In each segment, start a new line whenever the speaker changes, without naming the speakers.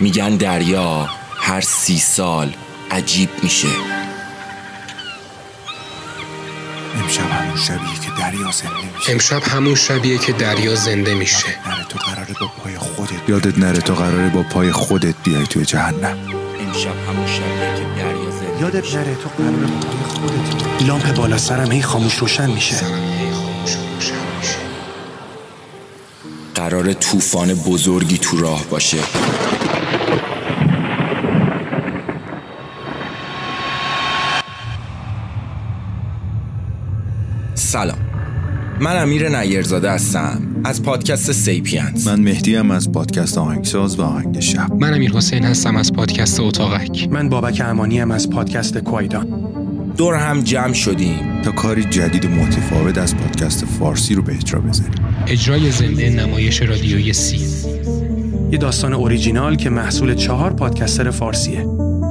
میگن دریا هر سی سال عجیب میشه
امشب همون شبیه که دریا زنده میشه
امشب همون شبیه که دریا زنده میشه
نره تو قراره با پای خودت یادت نره تو قراره با پای خودت بیای توی جهنم
امشب همون شبیه که دریا زنده
یادت نره تو قراره با پای خودت بیای. لامپ بالا سرم هی خاموش روشن میشه
سرم هی خاموش و روشن میشه.
قرار طوفان بزرگی تو راه باشه سلام من امیر نیرزاده هستم از پادکست سیپینز
من مهدیم از پادکست آهنگساز و آهنگ شب
من امیر حسین هستم از پادکست اتاقک
من بابک امانی ام از پادکست کوایدان
دور هم جمع شدیم
تا کاری جدید و متفاوت از پادکست فارسی رو به اجرا بذاریم
اجرای زنده نمایش رادیویی سی
یه داستان اوریجینال که محصول چهار پادکستر فارسیه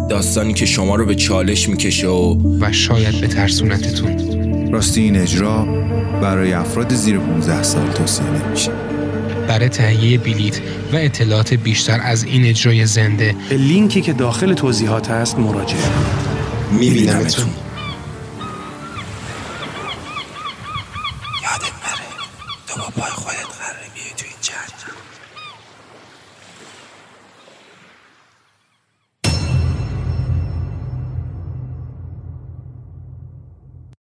داستانی که شما رو به چالش میکشه و
و شاید به ترسونتتون
راستی این اجرا برای افراد زیر 15 سال توصیه نمیشه
برای تهیه بلیت و اطلاعات بیشتر از این اجرای زنده
به لینکی که داخل توضیحات هست مراجعه کن.
میبینمتون
یادت نره تو با پای خودت قراره بیای توی